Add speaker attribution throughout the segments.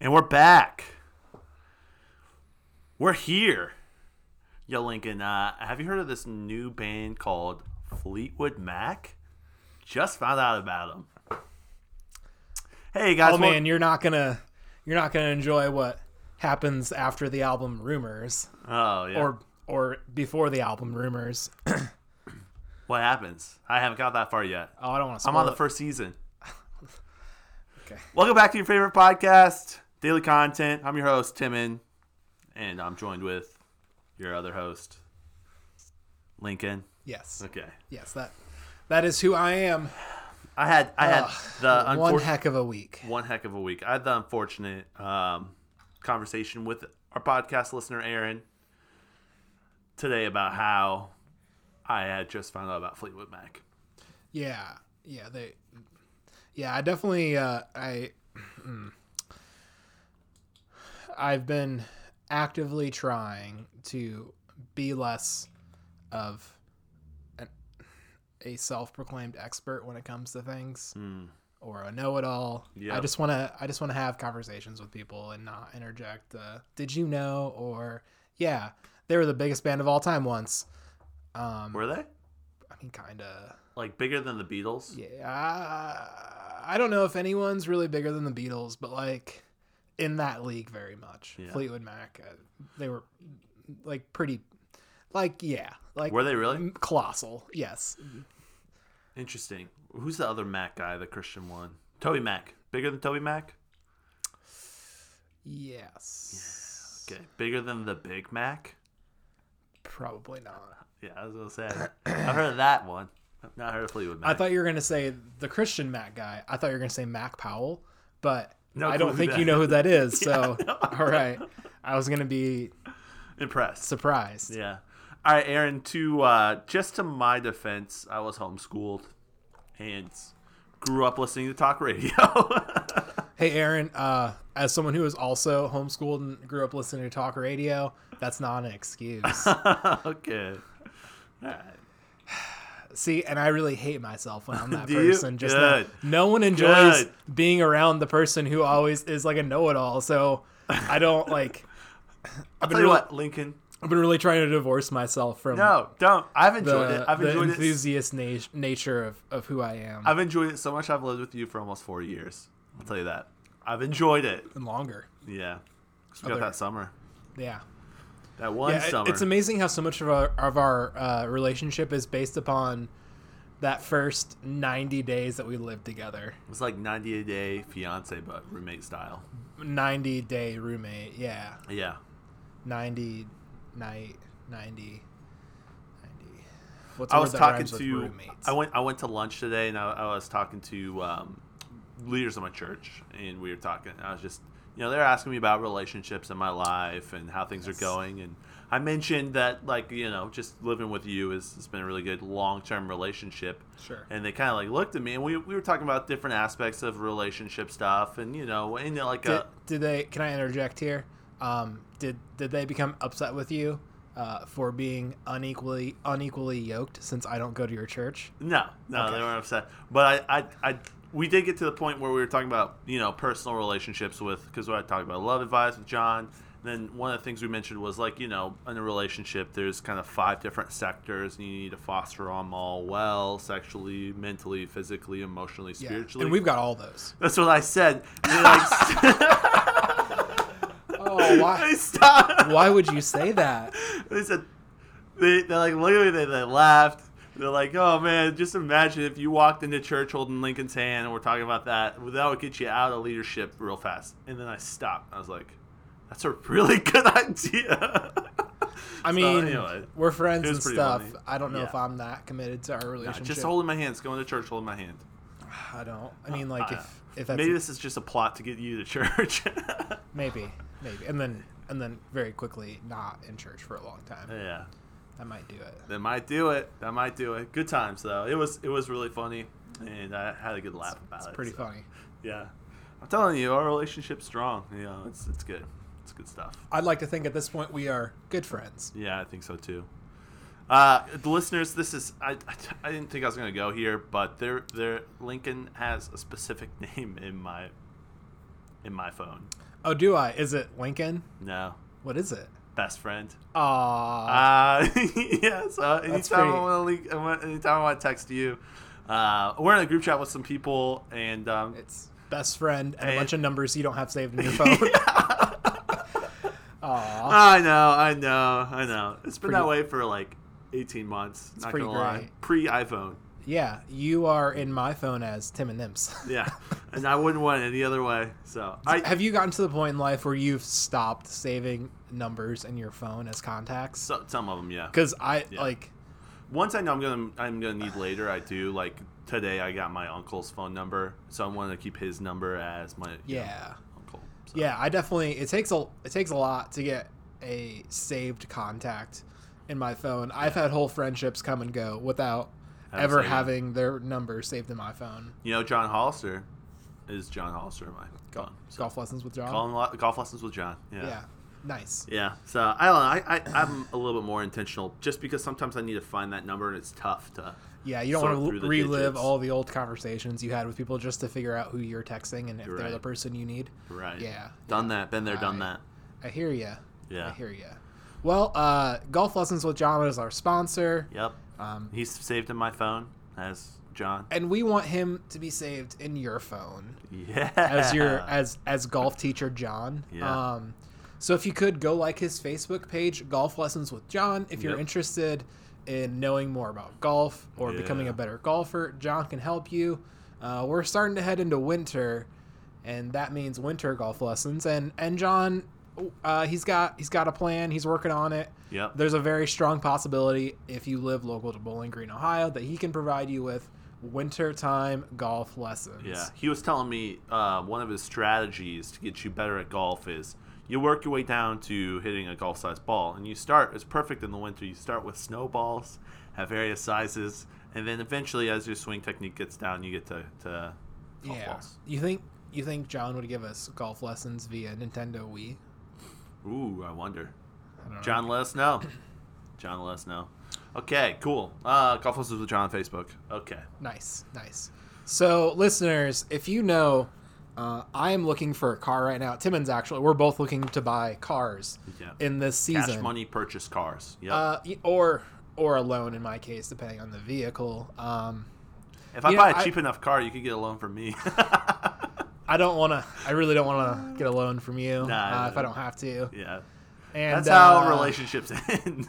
Speaker 1: And we're back. We're here. Yo, Lincoln, uh, have you heard of this new band called Fleetwood Mac? Just found out about them. Hey guys,
Speaker 2: Oh
Speaker 1: wel-
Speaker 2: man, you're not gonna you're not gonna enjoy what happens after the album Rumors
Speaker 1: Oh yeah.
Speaker 2: or or before the album Rumors.
Speaker 1: what happens? I haven't got that far yet.
Speaker 2: Oh, I don't want to.
Speaker 1: I'm on the first season.
Speaker 2: Okay.
Speaker 1: Welcome back to your favorite podcast, Daily Content. I'm your host, Timon, and I'm joined with your other host, Lincoln.
Speaker 2: Yes,
Speaker 1: Okay.
Speaker 2: yes, that that is who I am.
Speaker 1: I had I had the unfortunate
Speaker 2: One heck of a week.
Speaker 1: one heck of a week. I had the unfortunate um, conversation with our podcast listener Aaron today about how I had just found out about Fleetwood Mac.
Speaker 2: Yeah, yeah, they, yeah, I definitely, uh, I, hmm. I've been actively trying to be less of an, a self-proclaimed expert when it comes to things
Speaker 1: Hmm.
Speaker 2: or a know-it-all. I
Speaker 1: Yep.
Speaker 2: just want to, I just want to have conversations with people and not interject. Uh, Did you know? Or yeah, they were the biggest band of all time once. Um,
Speaker 1: Were they
Speaker 2: I mean, kind of.
Speaker 1: like bigger than the Beatles?
Speaker 2: Yeah, I- I don't know if anyone's really bigger than the Beatles, but like in that league, very much.
Speaker 1: Yeah.
Speaker 2: Fleetwood Mac, uh, they were like pretty, like yeah, like
Speaker 1: Were they really
Speaker 2: m- colossal. Yes,
Speaker 1: interesting? Who's the other Mac guy? The Christian one, Toby Mac, bigger than Toby Mac.
Speaker 2: yes.
Speaker 1: Okay, bigger than the Big Mac.
Speaker 2: Probably not.
Speaker 1: Yeah, I was gonna say I heard of that one. I've not heard of Fleetwood Mac.
Speaker 2: I thought you were gonna say the Christian Mac guy. I thought you were gonna say Mac Powell, but
Speaker 1: No
Speaker 2: I
Speaker 1: clue
Speaker 2: don't
Speaker 1: who
Speaker 2: think
Speaker 1: that
Speaker 2: you know who that is. So
Speaker 1: no.
Speaker 2: all right, I was gonna be
Speaker 1: Impressed.
Speaker 2: surprised.
Speaker 1: Yeah. All right, Aaron. To uh, just to my defense, I was homeschooled and grew up listening to talk radio.
Speaker 2: Hey, Aaron, uh, as someone who was also homeschooled and grew up listening to talk radio, that's not an excuse.
Speaker 1: okay. All right.
Speaker 2: See, and I really hate myself when I'm that
Speaker 1: Do you?
Speaker 2: person. Just now.
Speaker 1: Good.
Speaker 2: no one enjoys
Speaker 1: Good.
Speaker 2: being around the person who always is like a know-it-all. So I don't like. I've
Speaker 1: I'll
Speaker 2: been,
Speaker 1: tell you
Speaker 2: really,
Speaker 1: what, Lincoln.
Speaker 2: I've been really trying to divorce myself from
Speaker 1: No, don't. I've enjoyed
Speaker 2: the,
Speaker 1: it. I've
Speaker 2: the
Speaker 1: enjoyed it.
Speaker 2: enthusiast na- nature of, of who I am
Speaker 1: I've enjoyed it so much. I've lived with you for almost four years. I'll tell you that. I've enjoyed it.
Speaker 2: and longer.
Speaker 1: Yeah. 'Cause we got
Speaker 2: Other-
Speaker 1: that summer.
Speaker 2: Yeah.
Speaker 1: That one
Speaker 2: Yeah, it-
Speaker 1: summer.
Speaker 2: It's amazing how so much of our of our uh, relationship is based upon that first ninety days that we lived together.
Speaker 1: it was like 90 a day fiance, but roommate style.
Speaker 2: Ninety day roommate, yeah.
Speaker 1: Yeah.
Speaker 2: Ninety night, ninety, ninety. What's
Speaker 1: I
Speaker 2: a
Speaker 1: was
Speaker 2: word that
Speaker 1: talking
Speaker 2: rhymes with
Speaker 1: to.
Speaker 2: roommates?
Speaker 1: I went. I went to lunch today, and I, I was talking to um, leaders of my church, and we were talking. I was just, you know, they're asking me about relationships in my life and how things are going, and I mentioned that, like, you know, just living with you is it's been a really good long term relationship.
Speaker 2: Sure.
Speaker 1: And they kind of like looked at me, and we, we were talking about different aspects of relationship stuff, and you know, and you know, like
Speaker 2: Did,
Speaker 1: a,
Speaker 2: did they? Can I interject here? Um, did did they become upset with you uh, for being unequally unequally yoked? Since I don't go to your church,
Speaker 1: No, no, they weren't upset. But I, I, I, we did get to the point where we were talking about you know personal relationships with because what I talked about love advice with John. Then one of the things we mentioned was like you know in a relationship there's kind of five different sectors and you need to foster them all well sexually, mentally, physically, emotionally,
Speaker 2: yeah.
Speaker 1: spiritually.
Speaker 2: And we've got all those.
Speaker 1: that's what I said. And they're like,
Speaker 2: Oh, why?
Speaker 1: they stopped.
Speaker 2: Why would you say that?
Speaker 1: They said they they like look at me. They, they laughed. They're like, oh man, just imagine if you walked into church holding Lincoln's hand, and we're talking about that. Well, that would get you out of leadership real fast. And then I stopped. I was like, that's a really good idea.
Speaker 2: I
Speaker 1: So,
Speaker 2: mean,
Speaker 1: anyway,
Speaker 2: we're
Speaker 1: it
Speaker 2: friends
Speaker 1: was
Speaker 2: and
Speaker 1: pretty
Speaker 2: stuff.
Speaker 1: funny.
Speaker 2: I don't know if
Speaker 1: Yeah.
Speaker 2: I'm that committed to our relationship.
Speaker 1: just holding my hands, going to church, holding my hand.
Speaker 2: I don't. I mean, like
Speaker 1: I-
Speaker 2: if if that's
Speaker 1: Uh, Maybe this is just a plot to get you to church.
Speaker 2: maybe maybe, and then and then very quickly not in church for a long time.
Speaker 1: yeah.
Speaker 2: I might do it.
Speaker 1: That might do it. That might do it. Good times though. It was it was really funny, and I had a good laugh about
Speaker 2: It's
Speaker 1: it.
Speaker 2: pretty
Speaker 1: so.
Speaker 2: funny.
Speaker 1: Yeah, I'm telling you, our relationship's strong. You know, it's it's good. It's good stuff.
Speaker 2: I'd like to think at this point we are good friends.
Speaker 1: Yeah, I think so too. Uh, the listeners, this is I, I, I didn't think I was gonna go here, but there there Lincoln has a specific name in my in my phone.
Speaker 2: Oh, do I? Is it Lincoln?
Speaker 1: No,
Speaker 2: What is it?
Speaker 1: best friend.
Speaker 2: Aw.
Speaker 1: Uh, yeah. So
Speaker 2: That's
Speaker 1: anytime I
Speaker 2: pretty-
Speaker 1: want to leak, I want, anytime I want to text you, uh, we're in a group chat with some people, and um,
Speaker 2: it's best friend and a
Speaker 1: Hey.
Speaker 2: bunch of numbers you don't have saved in your phone. Aw.
Speaker 1: I know, I know, I know. it's been
Speaker 2: pretty-
Speaker 1: that way for like 18 months. not
Speaker 2: pretty
Speaker 1: gonna lie.
Speaker 2: great.
Speaker 1: Pre iPhone.
Speaker 2: Yeah, you are in my phone as Tim and Nims.
Speaker 1: Yeah. and I wouldn't want it any other way. So I
Speaker 2: Have you gotten to the point in life where you've stopped saving numbers in your phone as contacts?
Speaker 1: so, some of them, yeah.
Speaker 2: Because I
Speaker 1: Yeah.
Speaker 2: like,
Speaker 1: Once I know I'm gonna I'm gonna need later, I do. Like today, I got my uncle's phone number, so I want to keep his number as my you know,
Speaker 2: yeah,
Speaker 1: uncle. So,
Speaker 2: yeah. I definitely it takes a it takes a lot to get a saved contact in my phone. I've had whole friendships come and go without
Speaker 1: Haven't
Speaker 2: ever
Speaker 1: saved them.
Speaker 2: having their number saved in my phone.
Speaker 1: You know, John Hollister is John Hollister in my phone. So
Speaker 2: Golf lessons with John.
Speaker 1: golf, golf, golf lessons with John.
Speaker 2: yeah. nice.
Speaker 1: Yeah, so I don't know. I, I I'm a little bit more intentional, just because sometimes I need to find that number, and it's tough to.
Speaker 2: Yeah, you don't
Speaker 1: sort
Speaker 2: want
Speaker 1: through
Speaker 2: to
Speaker 1: the
Speaker 2: relive
Speaker 1: digits.
Speaker 2: all the old conversations you had with people just to figure out who you're texting and if they're
Speaker 1: Right.
Speaker 2: the person you need.
Speaker 1: Right.
Speaker 2: Yeah.
Speaker 1: Done that. Been there. Done
Speaker 2: I-
Speaker 1: that.
Speaker 2: I hear ya.
Speaker 1: Yeah.
Speaker 2: I hear ya. Well, uh, Golf Lessons with John is our sponsor,
Speaker 1: Yep.
Speaker 2: um,
Speaker 1: He's saved in my phone as John.
Speaker 2: and we want him to be saved in your phone
Speaker 1: Yeah.
Speaker 2: as your as as golf teacher John.
Speaker 1: Uh-huh. Yeah.
Speaker 2: Um, so if you could go like his Facebook page, Golf Lessons with John, if you're
Speaker 1: Yep.
Speaker 2: interested in knowing more about golf or becoming
Speaker 1: Yeah.
Speaker 2: a better golfer, John can help you. Uh, we're starting to head into winter, and that means winter golf lessons. And and John, uh, he's got he's got a plan. He's working on it.
Speaker 1: Yep.
Speaker 2: There's a very strong possibility if you live local to Bowling Green, Ohio, that he can provide you with wintertime golf lessons.
Speaker 1: yeah. He was telling me uh, one of his strategies to get you better at golf is you work your way down to hitting a golf-sized ball, and you start. It's perfect in the winter. You start with snowballs, have various sizes, and then eventually, as your swing technique gets down, you get to, to golf
Speaker 2: yeah.
Speaker 1: balls.
Speaker 2: You think you think John would give us golf lessons via Nintendo Wii?
Speaker 1: Ooh, I wonder.
Speaker 2: I don't
Speaker 1: John, let us know. John, let us know. Okay, cool. Uh, golf lessons with John on Facebook. Okay.
Speaker 2: know. Nice, nice. So, listeners, if you know, uh, I am looking for a car right now. Timmons actually, we're both looking to buy cars
Speaker 1: Yeah.
Speaker 2: in this season.
Speaker 1: Cash money purchase cars. Yep.
Speaker 2: Uh, y- or or a loan in my case, depending on the vehicle. Um,
Speaker 1: if I
Speaker 2: you
Speaker 1: buy
Speaker 2: know,
Speaker 1: a
Speaker 2: I-
Speaker 1: cheap enough car, you could get a loan from me.
Speaker 2: I don't want to. I really don't want to get a loan from you
Speaker 1: Nah.
Speaker 2: uh, if I don't have to.
Speaker 1: yeah.
Speaker 2: And
Speaker 1: That's how
Speaker 2: uh,
Speaker 1: relationships end.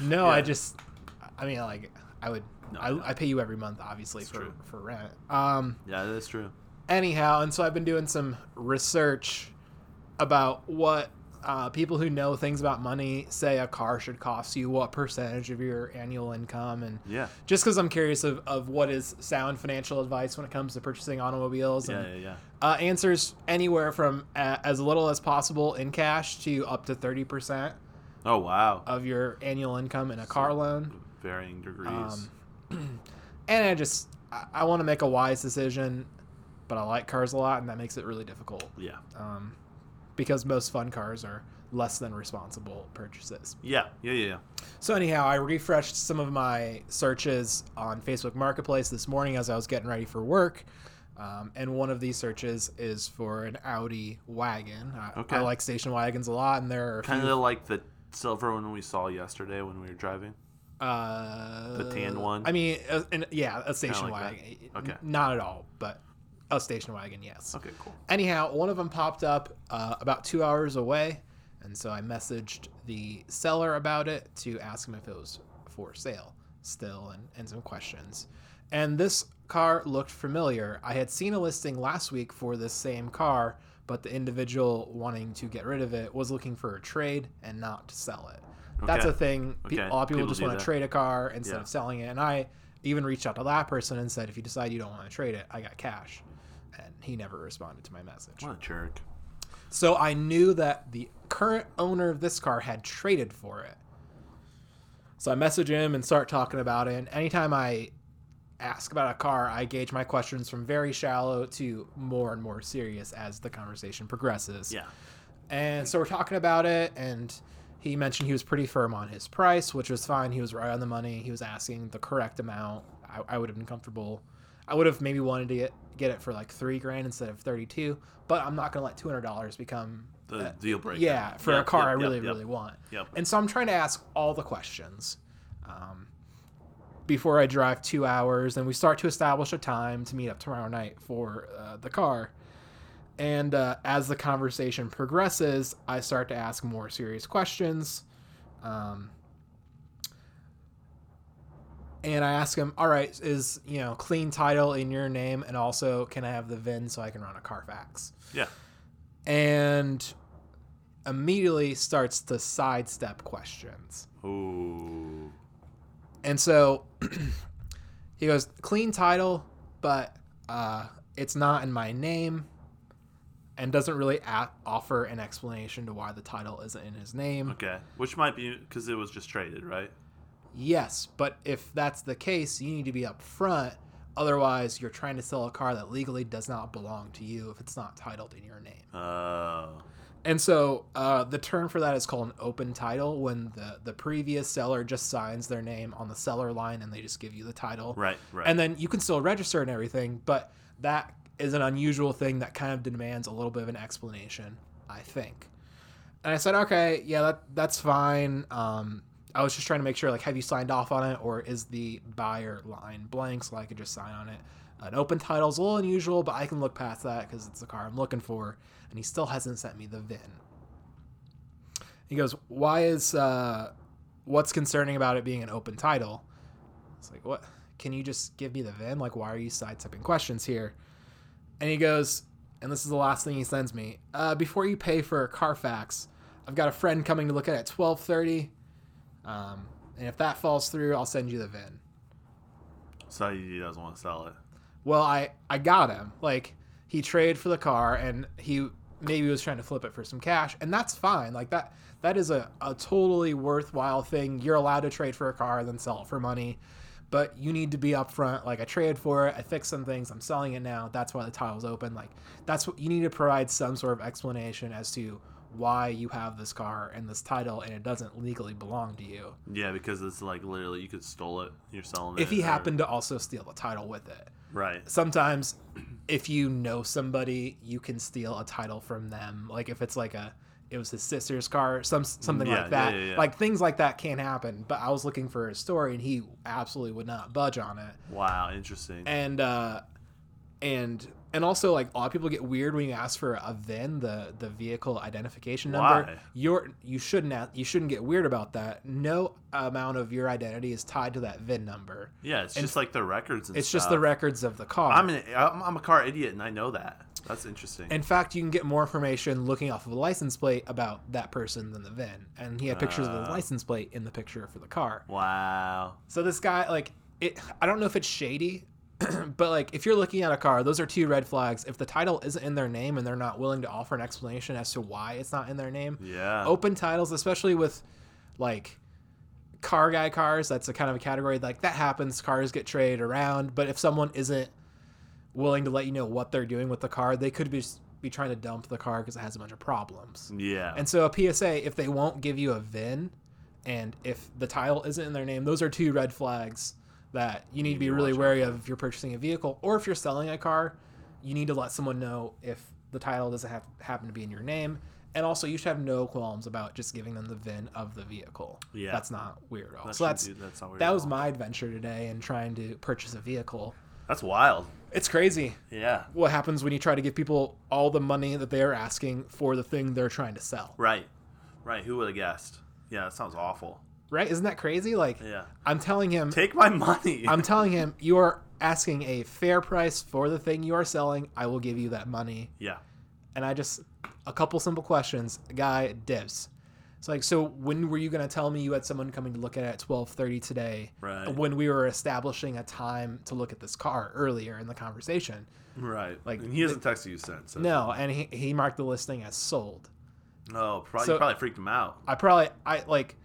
Speaker 2: No,
Speaker 1: Yeah.
Speaker 2: I just, I mean, like, I would,
Speaker 1: No,
Speaker 2: I,
Speaker 1: no.
Speaker 2: I pay you every month, obviously, for
Speaker 1: true.
Speaker 2: for rent. Um,
Speaker 1: yeah, that's true.
Speaker 2: anyhow, and so I've been doing some research about what uh, people who know things about money say a car should cost you, what percentage of your annual income, and
Speaker 1: Yeah.
Speaker 2: just because I'm curious of, of what is sound financial advice when it comes to purchasing automobiles,
Speaker 1: Yeah, yeah,
Speaker 2: and
Speaker 1: yeah.
Speaker 2: uh, answers anywhere from uh, as little as possible in cash to up to thirty percent
Speaker 1: Oh, wow.
Speaker 2: of your annual income in a car loan.
Speaker 1: Varying degrees.
Speaker 2: Um, and I just I, I want to make a wise decision, but I like cars a lot, and that makes it really difficult
Speaker 1: yeah.
Speaker 2: um, because most fun cars are less than responsible purchases.
Speaker 1: Yeah, yeah, yeah, yeah.
Speaker 2: So anyhow, I refreshed some of my searches on Facebook Marketplace this morning as I was getting ready for work. Um, and one of these searches is for an Audi wagon. I,
Speaker 1: Okay.
Speaker 2: I like station wagons a lot, and there are a
Speaker 1: Kind
Speaker 2: few,
Speaker 1: of like the silver one we saw yesterday when we were driving.
Speaker 2: uh,
Speaker 1: the tan one?
Speaker 2: I mean, uh, an, yeah, a station
Speaker 1: like that.
Speaker 2: wagon.
Speaker 1: Okay.
Speaker 2: N- not at all, but a station wagon, yes.
Speaker 1: Okay, cool.
Speaker 2: Anyhow, one of them popped up uh, about two hours away, and so I messaged the seller about it to ask him if it was for sale still and, and some questions. And this car looked familiar. I had seen a listing last week for this same car, but the individual wanting to get rid of it was looking for a trade and not to sell it. That's
Speaker 1: Okay.
Speaker 2: a thing. Pe-
Speaker 1: Okay.
Speaker 2: A lot of people,
Speaker 1: People
Speaker 2: just
Speaker 1: do
Speaker 2: want
Speaker 1: that.
Speaker 2: to trade a car instead
Speaker 1: Yeah.
Speaker 2: of selling it. And I even reached out to that person and said, if you decide you don't want to trade it, I got cash. And he never responded to my message.
Speaker 1: What a jerk.
Speaker 2: So I knew that the current owner of this car had traded for it. So I message him and start talking about it. And anytime I ask about a car, I gauge my questions from very shallow to more and more serious as the conversation progresses.
Speaker 1: Yeah.
Speaker 2: And so we're talking about it, and he mentioned he was pretty firm on his price, which was fine. He was right on the money. He was asking the correct amount. I, I would have been comfortable. I would have maybe wanted to get get it for like three grand instead of thirty two, but I'm not gonna let two hundred dollars become
Speaker 1: The
Speaker 2: uh,
Speaker 1: deal breaker.
Speaker 2: yeah for a
Speaker 1: Yep,
Speaker 2: car
Speaker 1: yep,
Speaker 2: I
Speaker 1: yep,
Speaker 2: really
Speaker 1: yep.
Speaker 2: really want.
Speaker 1: Yep.
Speaker 2: And so I'm trying to ask all the questions um, before I drive two hours, and we start to establish a time to meet up tomorrow night for uh, the car. And uh, as the conversation progresses, I start to ask more serious questions. Um, and I ask him, "All right, is you know clean title in your name, and also can I have the VIN so I can run a Carfax?"
Speaker 1: Yeah.
Speaker 2: And immediately starts to sidestep questions.
Speaker 1: Ooh.
Speaker 2: And so he goes, clean title, but uh, it's not in my name, and doesn't really a- offer an explanation to why the title isn't in his name.
Speaker 1: Okay. Which might be because it was just traded, right?
Speaker 2: Yes, but if that's the case, you need to be upfront. Otherwise, you're trying to sell a car that legally does not belong to you if it's not titled in your name.
Speaker 1: Oh.
Speaker 2: And so uh, the term for that is called an open title when the, the previous seller just signs their name on the seller line and they just give you the title.
Speaker 1: Right. Right.
Speaker 2: And then you can still register and everything, but that is an unusual thing that kind of demands a little bit of an explanation, I think. And I said, okay, yeah, that that's fine. Um, I was just trying to make sure, like, have you signed off on it, or is the buyer line blank so I could just sign on it? An open title is a little unusual, but I can look past that because it's the car I'm looking for. And he still hasn't sent me the VIN. He goes, why is uh, what's concerning about it being an open title? It's like, what? Can you just give me the VIN? Like, why are you sidestepping questions here? And he goes, and this is the last thing he sends me. Uh, before you pay for a Carfax, I've got a friend coming to look at it at twelve thirty. Um, and if that falls through, I'll send you the VIN.
Speaker 1: so he doesn't want to sell it.
Speaker 2: Well, I I got him. Like he traded for the car, and he maybe was trying to flip it for some cash, and that's fine. Like that that is a a totally worthwhile thing. You're allowed to trade for a car, then sell it for money. But you need to be upfront. Like I traded for it, I fixed some things, I'm selling it now. That's why the title's open. Like that's what you need to provide some sort of explanation as to why you have this car and this title, and it doesn't legally belong to you.
Speaker 1: Yeah, because it's like literally you could stole it. You're selling it.
Speaker 2: If he
Speaker 1: or-
Speaker 2: happened to also steal the title with it,
Speaker 1: Right.
Speaker 2: sometimes if you know somebody you can steal a title from them like if it's like a it was his sister's car some something
Speaker 1: Yeah,
Speaker 2: like that
Speaker 1: yeah, yeah, yeah.
Speaker 2: like things like that can happen but i was looking for his story and he absolutely would not budge on it
Speaker 1: Wow. Interesting.
Speaker 2: and uh and and also like a lot of people get weird when you ask for a VIN, the the vehicle identification number.
Speaker 1: Why?
Speaker 2: Your you shouldn't ask, you shouldn't get weird about that. No amount of your identity is tied to that VIN number.
Speaker 1: yeah, it's just like the records. And
Speaker 2: It's just the
Speaker 1: records.
Speaker 2: records of the car.
Speaker 1: I'm an I'm, I'm a car idiot, and I know that. That's interesting.
Speaker 2: In fact, you can get more information looking off of a license plate about that person than the VIN. And he had pictures of the
Speaker 1: Ah.
Speaker 2: license plate in the picture for the car.
Speaker 1: wow.
Speaker 2: So this guy, like, it, I don't know if it's shady, but like, if you're looking at a car, those are two red flags. If the title isn't in their name and they're not willing to offer an explanation as to why it's not in their name,
Speaker 1: Yeah.
Speaker 2: open titles, especially with like car guy cars, that's a kind of a category like that happens. Cars get traded around, but if someone isn't willing to let you know what they're doing with the car, they could be be trying to dump the car because it has a bunch of problems.
Speaker 1: Yeah.
Speaker 2: And so a PSA, if they won't give you a VIN, and if the title isn't in their name, those are two red flags that you need to be
Speaker 1: to
Speaker 2: really
Speaker 1: watch out
Speaker 2: wary of if you're purchasing a vehicle or if you're selling a car. You need to let someone know if the title doesn't have happen to be in your name, and also you should have no qualms about just giving them the VIN of the vehicle.
Speaker 1: Yeah.
Speaker 2: that's not weird at all.
Speaker 1: That
Speaker 2: so
Speaker 1: shouldn't
Speaker 2: that's
Speaker 1: do- that's not weird
Speaker 2: that
Speaker 1: at
Speaker 2: was
Speaker 1: all.
Speaker 2: my adventure today in trying to purchase a vehicle.
Speaker 1: That's wild.
Speaker 2: It's crazy
Speaker 1: Yeah.
Speaker 2: what happens when you try to give people all the money that they are asking for the thing they're trying to sell.
Speaker 1: Right. Right. Who would have guessed? Yeah. That sounds awful.
Speaker 2: Right? Isn't that crazy? Like,
Speaker 1: Yeah.
Speaker 2: I'm telling him,
Speaker 1: Take my money.
Speaker 2: I'm telling him, you are asking a fair price for the thing you are selling. I will give you that money.
Speaker 1: yeah.
Speaker 2: And I just, a couple simple questions. Guy divs. It's like, so when were you going to tell me you had someone coming to look at it at 12:30 today?
Speaker 1: Right.
Speaker 2: When we were establishing a time to look at this car earlier in the conversation.
Speaker 1: Right.
Speaker 2: Like-
Speaker 1: and he hasn't texted you since. so-
Speaker 2: No, and he, he marked the listing as sold.
Speaker 1: Oh, probably
Speaker 2: So-
Speaker 1: you probably freaked him out.
Speaker 2: I probably I like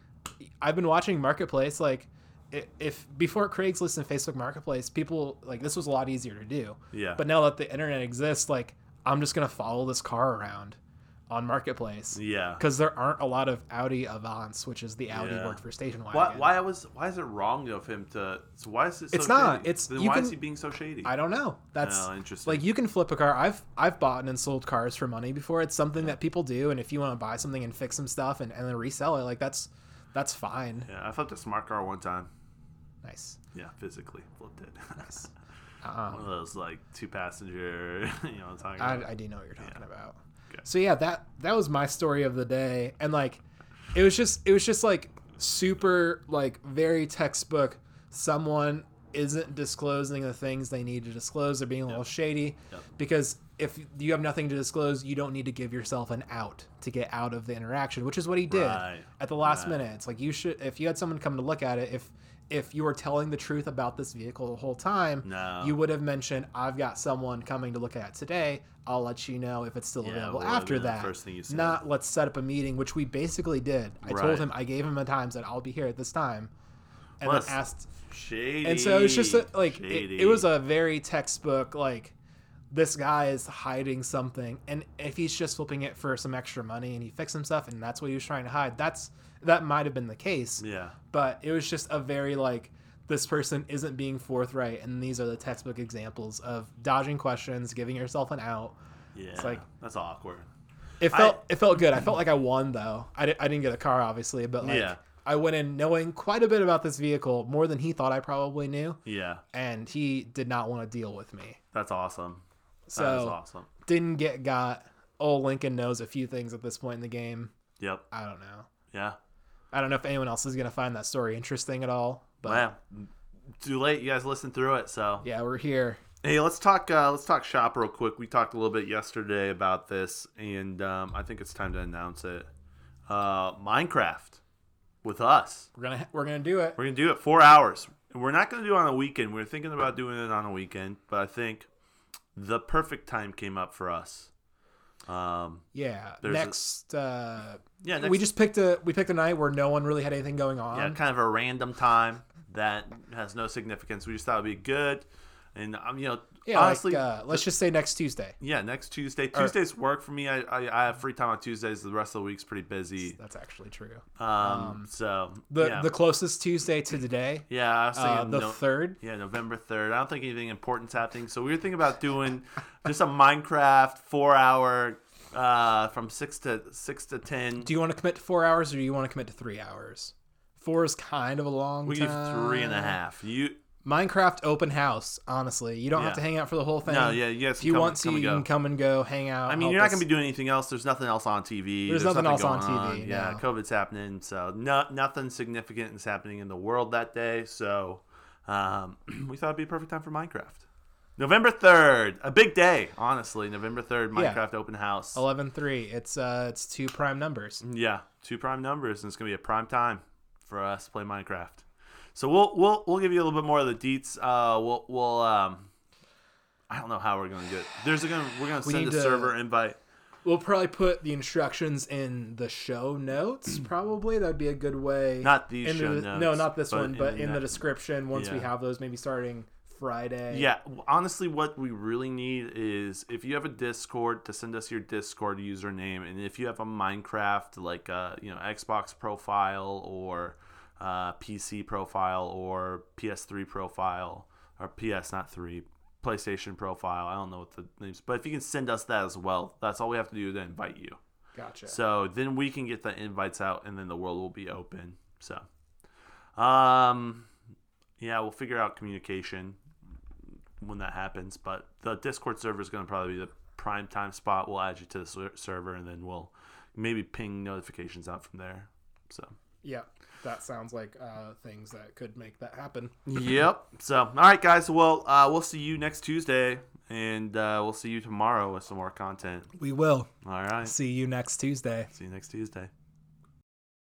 Speaker 2: I've been watching Marketplace like i- if before Craigslist and Facebook Marketplace, people like this was a lot easier to do.
Speaker 1: Yeah.
Speaker 2: But now that the internet exists, like I'm just gonna follow this car around. on Marketplace
Speaker 1: Yeah.
Speaker 2: because there aren't a lot of Audi Avance, which is the Audi
Speaker 1: Yeah.
Speaker 2: word for station wagon.
Speaker 1: Why, why was why is it wrong of him to? So why is it? So
Speaker 2: It's not.
Speaker 1: shady?
Speaker 2: It's-
Speaker 1: then
Speaker 2: you
Speaker 1: why
Speaker 2: can-
Speaker 1: is he being so shady?
Speaker 2: I don't know. That's
Speaker 1: Oh, interesting.
Speaker 2: like you can flip a car. I've I've bought and sold cars for money before. It's something that people do, and if you want to buy something and fix some stuff and, and then resell it, like that's that's fine.
Speaker 1: yeah, I flipped a smart car one time.
Speaker 2: Nice.
Speaker 1: Yeah, physically flipped it.
Speaker 2: Um,
Speaker 1: One of those like two passenger. You know, what I'm talking
Speaker 2: I,
Speaker 1: about.
Speaker 2: I do know what you're talking about.
Speaker 1: Okay.
Speaker 2: So yeah, that that was my story of the day, and like, it was just it was just like super like very textbook. Someone isn't disclosing the things they need to disclose. They're being a little shady
Speaker 1: Yep.
Speaker 2: because if you have nothing to disclose, you don't need to give yourself an out to get out of the interaction, which is what he did
Speaker 1: Right.
Speaker 2: at the last
Speaker 1: Right.
Speaker 2: minute. It's like you should if you had someone come to look at it if. If you were telling the truth about this vehicle the whole time,
Speaker 1: No.
Speaker 2: you would have mentioned I've got someone coming to look at it today. I'll let you know if it's still available
Speaker 1: well, I
Speaker 2: after
Speaker 1: mean, the
Speaker 2: that.
Speaker 1: first thing you said.
Speaker 2: Not let's set up a meeting, which we basically did. I told
Speaker 1: Right.
Speaker 2: him I gave him a time said I'll be here at this time, and
Speaker 1: Plus-
Speaker 2: then asked.
Speaker 1: shady.
Speaker 2: And so it's just a, like it,
Speaker 1: Shady.
Speaker 2: it was a very textbook like this guy is hiding something, and if he's just flipping it for some extra money and he fixed himself and that's what he was trying to hide, that's that might have been the case
Speaker 1: yeah.
Speaker 2: but it was just a very like this person isn't being forthright and these are the textbook examples of dodging questions giving yourself an out
Speaker 1: Yeah.
Speaker 2: like-
Speaker 1: that's awkward.
Speaker 2: it
Speaker 1: I-
Speaker 2: felt it felt good i felt like i won though i, di- I didn't get a car obviously but like
Speaker 1: Yeah.
Speaker 2: i went in knowing quite a bit about this vehicle more than he thought i probably knew
Speaker 1: Yeah,
Speaker 2: and he did not want to deal with me
Speaker 1: that's awesome. that is
Speaker 2: so
Speaker 1: awesome.
Speaker 2: didn't get got old lincoln knows a few things at this point in the game
Speaker 1: Yep.
Speaker 2: i don't know
Speaker 1: Yeah.
Speaker 2: i don't know if anyone else is going to find that story interesting at all but
Speaker 1: Well, too late. You guys listened through it, so
Speaker 2: yeah we're here
Speaker 1: Hey, let's talk. Uh, let's talk shop real quick. We talked a little bit yesterday about this, and um, I think it's time to announce it. Uh, Minecraft with us.
Speaker 2: we're gonna we're gonna do it
Speaker 1: We're gonna do it four hours. And We're not gonna do it on a weekend. We are thinking about doing it on a weekend, but I think the perfect time came up for us. Um,
Speaker 2: Yeah.
Speaker 1: There's a-
Speaker 2: next, uh,
Speaker 1: yeah, next,
Speaker 2: we just picked a we picked a night where no one really had anything going on.
Speaker 1: yeah, kind of a random time that has no significance. We just thought it'd be good, and um, you know,
Speaker 2: Yeah, like,
Speaker 1: honestly,
Speaker 2: uh, let's just say next Tuesday.
Speaker 1: Yeah, next Tuesday. Tuesdays work for me. I, I, I have free time on Tuesdays. The rest of the week's pretty busy.
Speaker 2: That's actually true.
Speaker 1: Um, so
Speaker 2: The
Speaker 1: yeah,
Speaker 2: the closest Tuesday to today,
Speaker 1: yeah, I was thinking
Speaker 2: uh, the
Speaker 1: no-
Speaker 2: third.
Speaker 1: yeah, November third. I don't think anything important's happening. So we were thinking about doing just a Minecraft four hour uh from six to six to ten.
Speaker 2: Do you want to commit to four hours or do you want to commit to three hours? Four is kind of a long
Speaker 1: we give
Speaker 2: time.
Speaker 1: three and a half. You
Speaker 2: Minecraft open house. Honestly, you don't have
Speaker 1: Yeah.
Speaker 2: to hang out for the whole thing.
Speaker 1: no, yeah, yes.
Speaker 2: If uh, you want to,
Speaker 1: come
Speaker 2: you
Speaker 1: and go.
Speaker 2: can come and go, hang out.
Speaker 1: I mean, you're not going to be doing anything else. There's nothing else on TV.
Speaker 2: There's nothing else on TV,
Speaker 1: Yeah,
Speaker 2: no.
Speaker 1: COVID's happening, so no, nothing significant is happening in the world that day. So um, we thought it'd be a perfect time for Minecraft. November third, a big day, honestly. November third,
Speaker 2: Yeah. Oh.
Speaker 1: Minecraft open house.
Speaker 2: eleven three. It's uh, it's two prime numbers.
Speaker 1: Yeah, two prime numbers, and it's gonna be a prime time for us to play Minecraft. So we'll we'll we'll give you a little bit more of the deets. Uh, we'll we'll um, I don't know how we're gonna do it. There's gonna we're gonna send
Speaker 2: need
Speaker 1: a
Speaker 2: to-
Speaker 1: server invite.
Speaker 2: We'll probably put the instructions in the show notes. Probably that'd be a good way.
Speaker 1: Mm. Not these
Speaker 2: in
Speaker 1: show
Speaker 2: the,
Speaker 1: notes,
Speaker 2: No, not this
Speaker 1: but
Speaker 2: one,
Speaker 1: in
Speaker 2: but
Speaker 1: the
Speaker 2: in the
Speaker 1: next-
Speaker 2: description. Once we
Speaker 1: Yeah.
Speaker 2: have those, maybe starting Friday.
Speaker 1: Yeah, w- honestly, what we really need is if you have a Discord to send us your Discord username, and if you have a Minecraft like uh, you know Xbox profile or uh, PC profile or PS3 profile or PS not three PlayStation profile. I don't know what the names, but if you can send us that as well, that's all we have to do to invite you.
Speaker 2: Gotcha.
Speaker 1: So then we can get the invites out, and then the world will be open. So, um, yeah, we'll figure out communication when that happens. But the Discord server is going to probably be the prime time spot. We'll add you to the ser- server, and then we'll maybe ping notifications out from there. So,
Speaker 2: yeah, that sounds like uh, things that could make that happen.
Speaker 1: yep. So, all right, guys. Well, uh, we'll see you next Tuesday, and uh, we'll see you tomorrow with some more content.
Speaker 2: We will
Speaker 1: All right.
Speaker 2: see you next Tuesday.
Speaker 1: See you next Tuesday.